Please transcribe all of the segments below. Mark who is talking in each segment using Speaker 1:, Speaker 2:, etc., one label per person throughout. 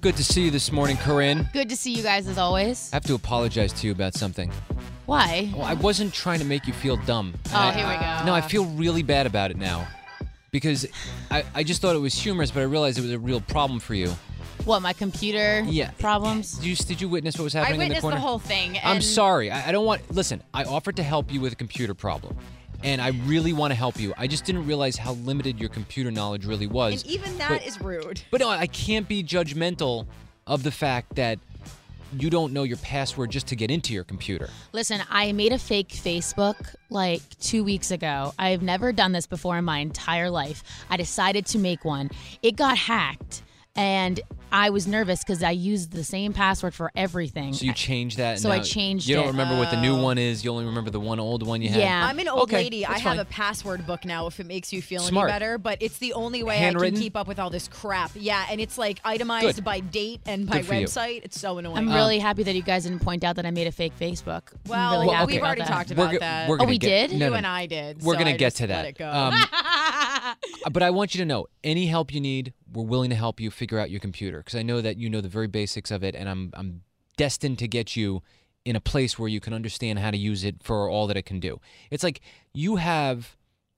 Speaker 1: good to see you this morning, Corinne.
Speaker 2: Good to see you guys as always.
Speaker 1: I have to apologize to you about something.
Speaker 2: Why?
Speaker 1: Well, I wasn't trying to make you feel dumb.
Speaker 2: Oh,
Speaker 1: I-
Speaker 2: here we go.
Speaker 1: No, I feel really bad about it now because I, I just thought it was humorous, but I realized it was a real problem for you.
Speaker 2: What, my computer
Speaker 1: Yeah.
Speaker 2: problems?
Speaker 1: Did you, did you witness what was
Speaker 3: I
Speaker 1: happening in the
Speaker 3: witnessed the,
Speaker 1: corner?
Speaker 3: whole thing. And
Speaker 1: I'm sorry. I, I don't want. Listen, I offered to help you with a computer problem, and I really want to help you. I just didn't realize how limited your computer knowledge really was.
Speaker 3: And even that
Speaker 1: but-
Speaker 3: is rude.
Speaker 1: But no, I can't be judgmental of the fact that you don't know your password just to get into your computer.
Speaker 2: Listen, I made a fake Facebook like two weeks ago. I've never done this before in my entire life. I decided to make one. It got hacked, and I was nervous because I used the same password for everything.
Speaker 1: So you changed that. and
Speaker 2: So I
Speaker 1: now
Speaker 2: changed
Speaker 1: You don't
Speaker 2: it. Oh.
Speaker 1: remember what the new one is. You only remember the one old one you had.
Speaker 2: Yeah.
Speaker 3: I'm an old
Speaker 1: Okay,
Speaker 3: lady. I
Speaker 1: that's
Speaker 3: have
Speaker 1: fine.
Speaker 3: a password book now if it makes you feel
Speaker 1: Smart.
Speaker 3: any better, but it's the only way I can
Speaker 1: Handwritten?
Speaker 3: keep up with all this crap. Yeah, and it's like itemized
Speaker 1: Good.
Speaker 3: by date and by
Speaker 1: Good for you.
Speaker 3: website. It's so annoying.
Speaker 1: uh,
Speaker 2: I'm really happy that you guys didn't point out that I made a fake Facebook. I'm
Speaker 3: Well,
Speaker 2: really
Speaker 3: Well,
Speaker 2: happy
Speaker 1: okay.
Speaker 3: we've
Speaker 2: about
Speaker 3: already
Speaker 2: that.
Speaker 3: talked
Speaker 1: We're
Speaker 3: about
Speaker 1: go-
Speaker 3: that.
Speaker 1: we're
Speaker 2: Oh,
Speaker 1: gonna
Speaker 2: we
Speaker 1: get-
Speaker 2: did?
Speaker 1: No,
Speaker 3: you
Speaker 1: no,
Speaker 3: and I did.
Speaker 1: We're
Speaker 3: so
Speaker 1: gonna
Speaker 3: I
Speaker 1: get
Speaker 3: just
Speaker 1: to that.
Speaker 3: Let it go.
Speaker 1: Um, but I want you to know any help you need, we're willing to help you figure out your computer because I know that you know the very basics of it, and I'm I'm destined to get you in a place where you can understand how to use it for all that it can do. It's like you have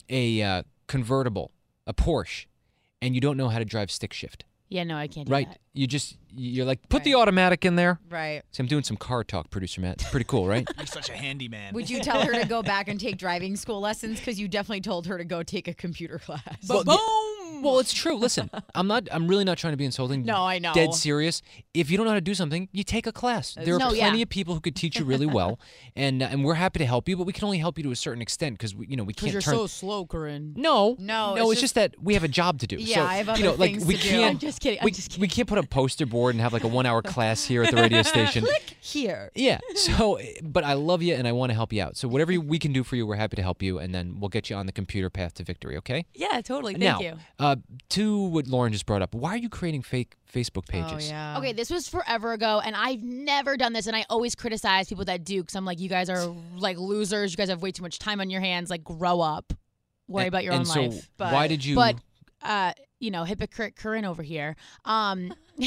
Speaker 1: a uh, convertible, a Porsche, and you don't know how to drive stick shift,
Speaker 2: Yeah, no, I can't do
Speaker 1: right?
Speaker 2: that.
Speaker 1: You just you're like put the automatic in there.
Speaker 3: right.
Speaker 1: See, I'm doing some car talk, producer Matt. It's pretty cool, right?
Speaker 4: You're such a handyman.
Speaker 3: Would you tell her to go back and take driving school lessons? Because you definitely told her to go take a computer class.
Speaker 1: Well, boom. Well, it's true. Listen, I'm not. I'm really not trying to be insulting.
Speaker 3: No, I know.
Speaker 1: Dead serious. If you don't know how to do something, you take a class. There are
Speaker 2: No, yeah.
Speaker 1: plenty of people who could teach you really well, and uh, and we're happy to help you, but we can only help you to a certain extent because we, you know, we can't turn.
Speaker 2: slow, Corinne.
Speaker 1: no,
Speaker 3: No,
Speaker 1: no. It's,
Speaker 3: it's
Speaker 1: just, that we have a job to do. so,
Speaker 3: Yeah, I have
Speaker 1: you
Speaker 3: other
Speaker 1: know, like
Speaker 3: things
Speaker 1: we
Speaker 3: to do.
Speaker 1: can't.
Speaker 2: I'm just kidding. I'm
Speaker 1: we,
Speaker 2: just kidding.
Speaker 1: we can't put a poster board and have like a one-hour class here at the radio station.
Speaker 3: Here.
Speaker 1: Yeah. So, eh, but I love you and I want to help you out. So whatever we can do for you, we're happy to help you, and then we'll get you on the computer path to victory. Okay.
Speaker 2: Yeah, totally. Thank
Speaker 1: now,
Speaker 2: you.
Speaker 1: Uh, to what Lauren just brought up, why are you creating fake Facebook pages?
Speaker 3: Oh, yeah.
Speaker 2: Okay, this was forever ago, and I've never done this, and I always criticize people that do because I'm like, you guys are like losers. You guys have way too much time on your hands. Like, grow up. Worry
Speaker 1: A-
Speaker 2: about your
Speaker 1: and
Speaker 2: own
Speaker 1: so
Speaker 2: life.
Speaker 1: why
Speaker 3: but-
Speaker 1: did you?
Speaker 2: But uh, you know, hypocrite Corinne over here. Um,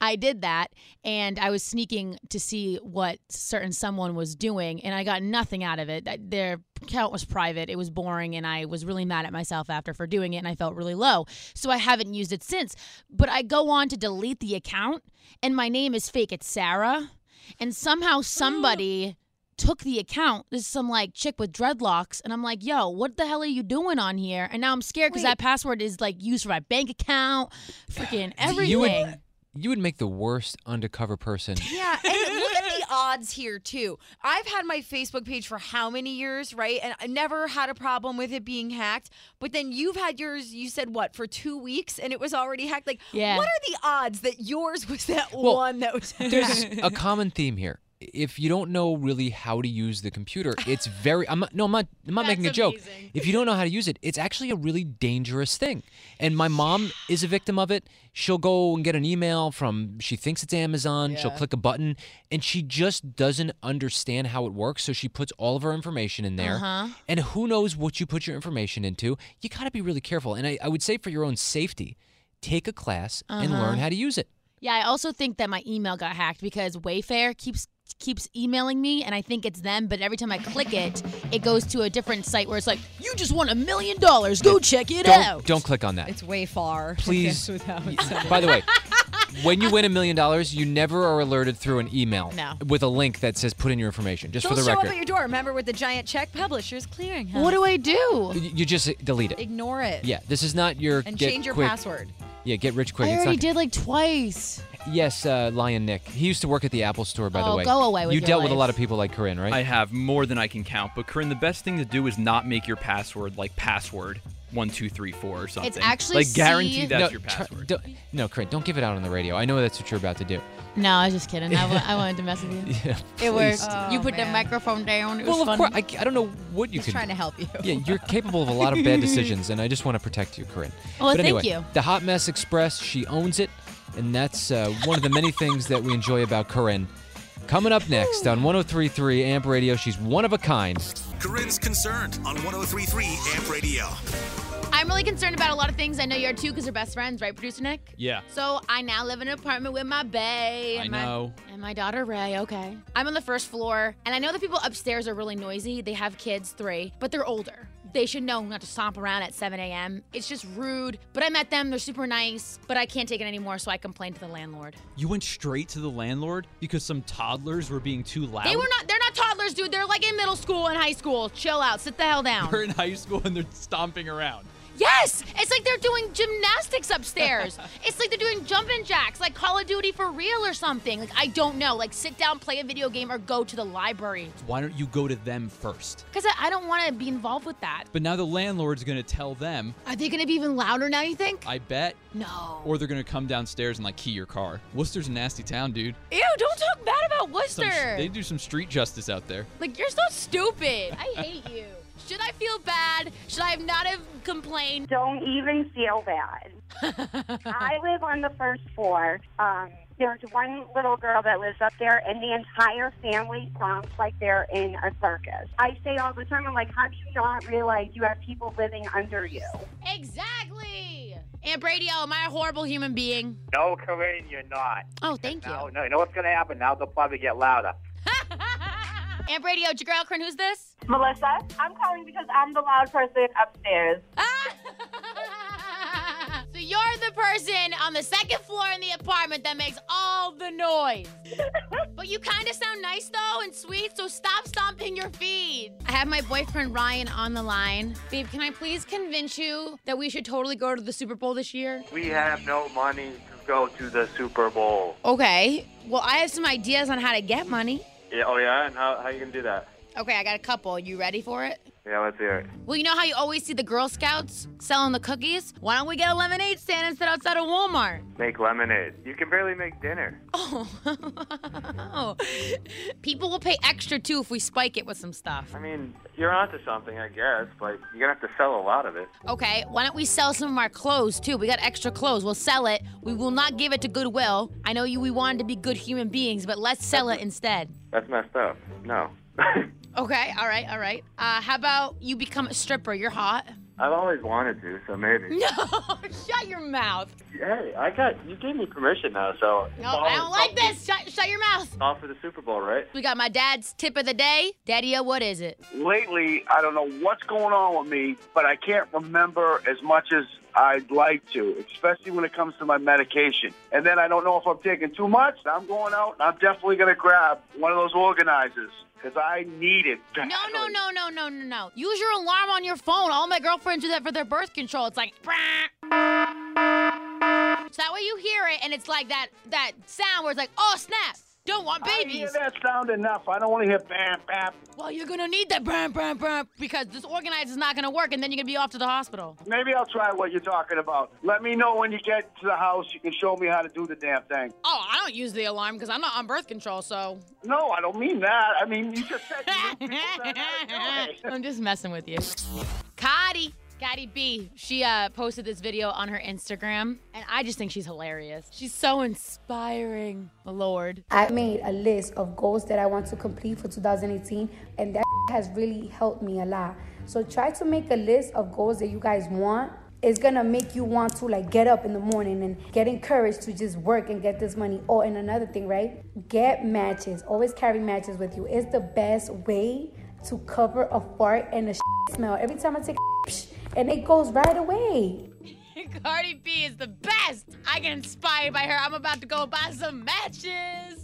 Speaker 2: I did that, and I was sneaking to see what certain someone was doing, and I got nothing out of it. That- Their account was private; it was boring, and I was really mad at myself after for doing it, and I felt really low. So I haven't used it since. But I go on to delete the account, and my name is fake. It's Sarah, and somehow somebody. took the account. This is some like chick with dreadlocks, and I'm like, yo, what the hell are you doing on here? And now I'm scared because
Speaker 3: Wait.
Speaker 2: that password is like used for my bank account, freaking everything.
Speaker 1: You would, you would make the worst undercover person.
Speaker 3: Yeah, and look at the odds here too. I've had my Facebook page for how many years, right? And I never had a problem with it being hacked. But then you've had yours, you said what, for two weeks and it was already hacked. Like
Speaker 2: Yeah.
Speaker 3: what are the odds that yours was that
Speaker 1: Well,
Speaker 3: one that was
Speaker 1: There's a common theme here. If you don't know really how to use the computer, it's very. I'm not, no, I'm not. I'm not making a joke. If you don't know how to use it, it's actually a really dangerous thing. And my mom is a victim of it. She'll go and get an email from. She thinks it's Amazon. She'll click a button, and she just doesn't understand how it works. So she puts all of her information in there.
Speaker 2: Uh-huh.
Speaker 1: And who knows what you put your information into? You gotta be really careful. And I, I would say for your own safety, take a class and learn how to use it.
Speaker 2: Yeah, I also think that my email got hacked because Wayfair keeps keeps emailing me and I think it's them, but every time I click it, it goes to a different site where it's like, You just won a million dollars, go check it
Speaker 1: Don't
Speaker 2: out.
Speaker 1: don't click on that.
Speaker 3: It's way far.
Speaker 1: please. By the way, when you win a million dollars, you never are alerted through an email
Speaker 2: No.
Speaker 1: with a link that says "put in your information." Just
Speaker 3: Don't
Speaker 1: for the
Speaker 3: show
Speaker 1: record,
Speaker 3: up at your door. Remember with the giant check publishers clearing.
Speaker 2: What do I do?
Speaker 1: Y- you just delete it.
Speaker 3: Ignore it.
Speaker 1: Yeah, this is not your
Speaker 3: And
Speaker 1: get
Speaker 3: change your
Speaker 1: quick-
Speaker 3: password.
Speaker 1: Yeah, get rich quick.
Speaker 2: I
Speaker 1: It's
Speaker 2: already
Speaker 1: not-
Speaker 2: did like twice.
Speaker 1: Yes, uh, Lion Nick. He used to work at the Apple Store, by the
Speaker 2: Oh,
Speaker 1: way.
Speaker 2: go away with
Speaker 1: You
Speaker 2: your
Speaker 1: dealt with a
Speaker 2: life.
Speaker 1: lot of people like Corinne, right?
Speaker 5: I have more than I can count. But Corinne, the best thing to do is not make your password like password one two three four or something.
Speaker 2: actually
Speaker 5: like guarantee
Speaker 2: C-
Speaker 5: that's
Speaker 1: no,
Speaker 5: your
Speaker 1: try-
Speaker 5: password.
Speaker 1: don't- no, Corinne, don't give it out on the radio. I know that's what you're about to do.
Speaker 2: No, I was just kidding. I, wa- I wanted to mess with you.
Speaker 1: Yeah,
Speaker 2: It
Speaker 1: please.
Speaker 2: worked. you put the
Speaker 3: man.
Speaker 2: microphone down. It
Speaker 1: Well, of
Speaker 2: was fun.
Speaker 1: course. I, I don't know what you
Speaker 3: Just
Speaker 1: can.
Speaker 3: trying to help you.
Speaker 1: Yeah, you're capable of a lot of bad decisions, and I just want to protect you, Corinne.
Speaker 2: Well,
Speaker 1: but
Speaker 2: thank
Speaker 1: anyway,
Speaker 2: you.
Speaker 1: The Hot Mess Express, she owns it, and that's uh, one of the many things that we enjoy about Corinne. Coming up next on 1033 Amp Radio, she's one of a kind.
Speaker 6: Corinne's Concerned on 1033 Amp Radio.
Speaker 2: I'm I'm really concerned about a lot of things. I know you are too, because we're best friends, right, producer Nick?
Speaker 5: Yeah.
Speaker 2: So I now live in an apartment with my bae.
Speaker 5: I
Speaker 2: and my-
Speaker 5: know.
Speaker 2: and my daughter Ray, okay. I'm on the first floor, and I know the people upstairs are really noisy. They have kids, three, but they're older. They should know not to stomp around at 7 a.m. It's just rude. But I met them, they're super nice, but I can't take it anymore, so I complained to the landlord.
Speaker 4: You went straight to the landlord because some toddlers were being too loud.
Speaker 2: They were not, they're not toddlers, dude. They're like in middle school and high school. Chill out, sit the hell down.
Speaker 4: They're in high school and they're stomping around.
Speaker 2: Yes! It's like they're doing gymnastics upstairs. it's like they're doing jumping jacks, like Call of Duty for real or something. Like, I don't know. Like, sit down, play a video game, or go to the library.
Speaker 4: Why don't you go to them first?
Speaker 2: Because I, I don't want to be involved with that.
Speaker 4: But now the landlord's gonna tell them,
Speaker 2: Are they going to be even louder now, you think?
Speaker 4: I bet,
Speaker 2: no.
Speaker 4: or they're gonna come downstairs and like key your car. Worcester's a nasty town, dude.
Speaker 2: Ew, don't talk bad about
Speaker 4: Some
Speaker 2: Worcester.
Speaker 4: sh- they do some street justice out there.
Speaker 2: like, you're so stupid. I hate you. Should I feel bad? Should I not have complained?
Speaker 6: Don't even feel bad. I live on the first floor. Um, there's one little girl that lives up there, and the entire family sounds like they're in a circus. I say all the time, I'm like, how do you not realize you have people living under you?
Speaker 2: Exactly. Aunt Brady, oh, am I a horrible human being?
Speaker 7: No, Corinne, you're not.
Speaker 2: Oh, thank you.
Speaker 7: No, no, you know what's going to happen? Now they'll probably get louder.
Speaker 2: Aunt Brady, oh, Jagril Crin, who's this?
Speaker 6: Melissa, I'm calling because I'm the loud person upstairs.
Speaker 2: Ah! so you're the person on the second floor in the apartment that makes all the noise. but you kind of sound nice though and sweet, so stop stomping your feet. I have my boyfriend Ryan on the line. Babe, can I please convince you that we should totally go to the Super Bowl this year?
Speaker 7: We have no money to go to the Super Bowl.
Speaker 2: Okay. Well, I have some ideas on how to get money.
Speaker 7: Yeah, oh, yeah? And how, how you going to do that?
Speaker 2: Okay, I got a couple. You ready for it?
Speaker 7: Yeah, let's hear it.
Speaker 2: Well, you know how you always see the Girl Scouts selling the cookies? Why don't we get a lemonade stand and sit outside of Walmart?
Speaker 7: Make lemonade. You can barely make dinner.
Speaker 2: Oh. People will pay extra too if we spike it with some stuff.
Speaker 7: I mean, you're onto something, I guess, but you're going to have to sell a lot of it.
Speaker 2: Okay, why don't we sell some of our clothes too? We got extra clothes. We'll sell it. We will not give it to Goodwill. I know you we wanted to be good human beings, but let's sell it instead.
Speaker 7: That's messed up. No.
Speaker 2: Okay, all right, all right. Uh, how about you become a stripper? You're hot.
Speaker 7: I've always wanted to, so maybe.
Speaker 2: No, shut your mouth.
Speaker 7: Hey, I got, you gave me permission now, so.
Speaker 2: No, I don't like this. Shut, shut your mouth.
Speaker 7: All for the Super Bowl, right?
Speaker 2: We got my dad's tip of the day. Daddy, what is it?
Speaker 8: lately, I don't know what's going on with me, but I can't remember as much as I'd like to, especially when it comes to my medication. And then I don't know if I'm taking too much. I'm going out and I'm definitely going to grab one of those organizers because I need it.
Speaker 2: No, no, no, no, no, no, no. Use your alarm on your phone. All my girlfriends do that for their birth control. It's like, "Brah." so that way you hear it, and it's like that that sound where it's like, oh snap, don't want
Speaker 8: I hear
Speaker 2: babies.
Speaker 8: that sound enough. I don't want to hear bam, bam.
Speaker 2: Well, you're gonna need that brum, brum, brum, because this organizer's not gonna work, and then you're gonna be off to the hospital.
Speaker 8: Maybe I'll try what you're talking about. Let me know when you get to the house. You can show me how to do the damn thing.
Speaker 2: Oh, I don't use the alarm because I'm not on birth control, so
Speaker 8: No, I don't mean that. I mean, you just said you knew people said how to do it.
Speaker 2: I'm just messing with you. Cotty. Cotty B, she uh, posted this video on her Instagram, and I just think she's hilarious. She's so inspiring, my lord.
Speaker 9: I made a list of goals that I want to complete for 2018, and that has really helped me a lot. So try to make a list of goals that you guys want. It's gonna make you want to like get up in the morning and get encouraged to just work and get this money. Oh, and another thing, right? Get matches. Always carry matches with you. It's the best way to cover a fart and a smell. Every time I take a and it goes right away.
Speaker 2: Cardi B is the best. I get inspired by her. I'm about to go buy some matches.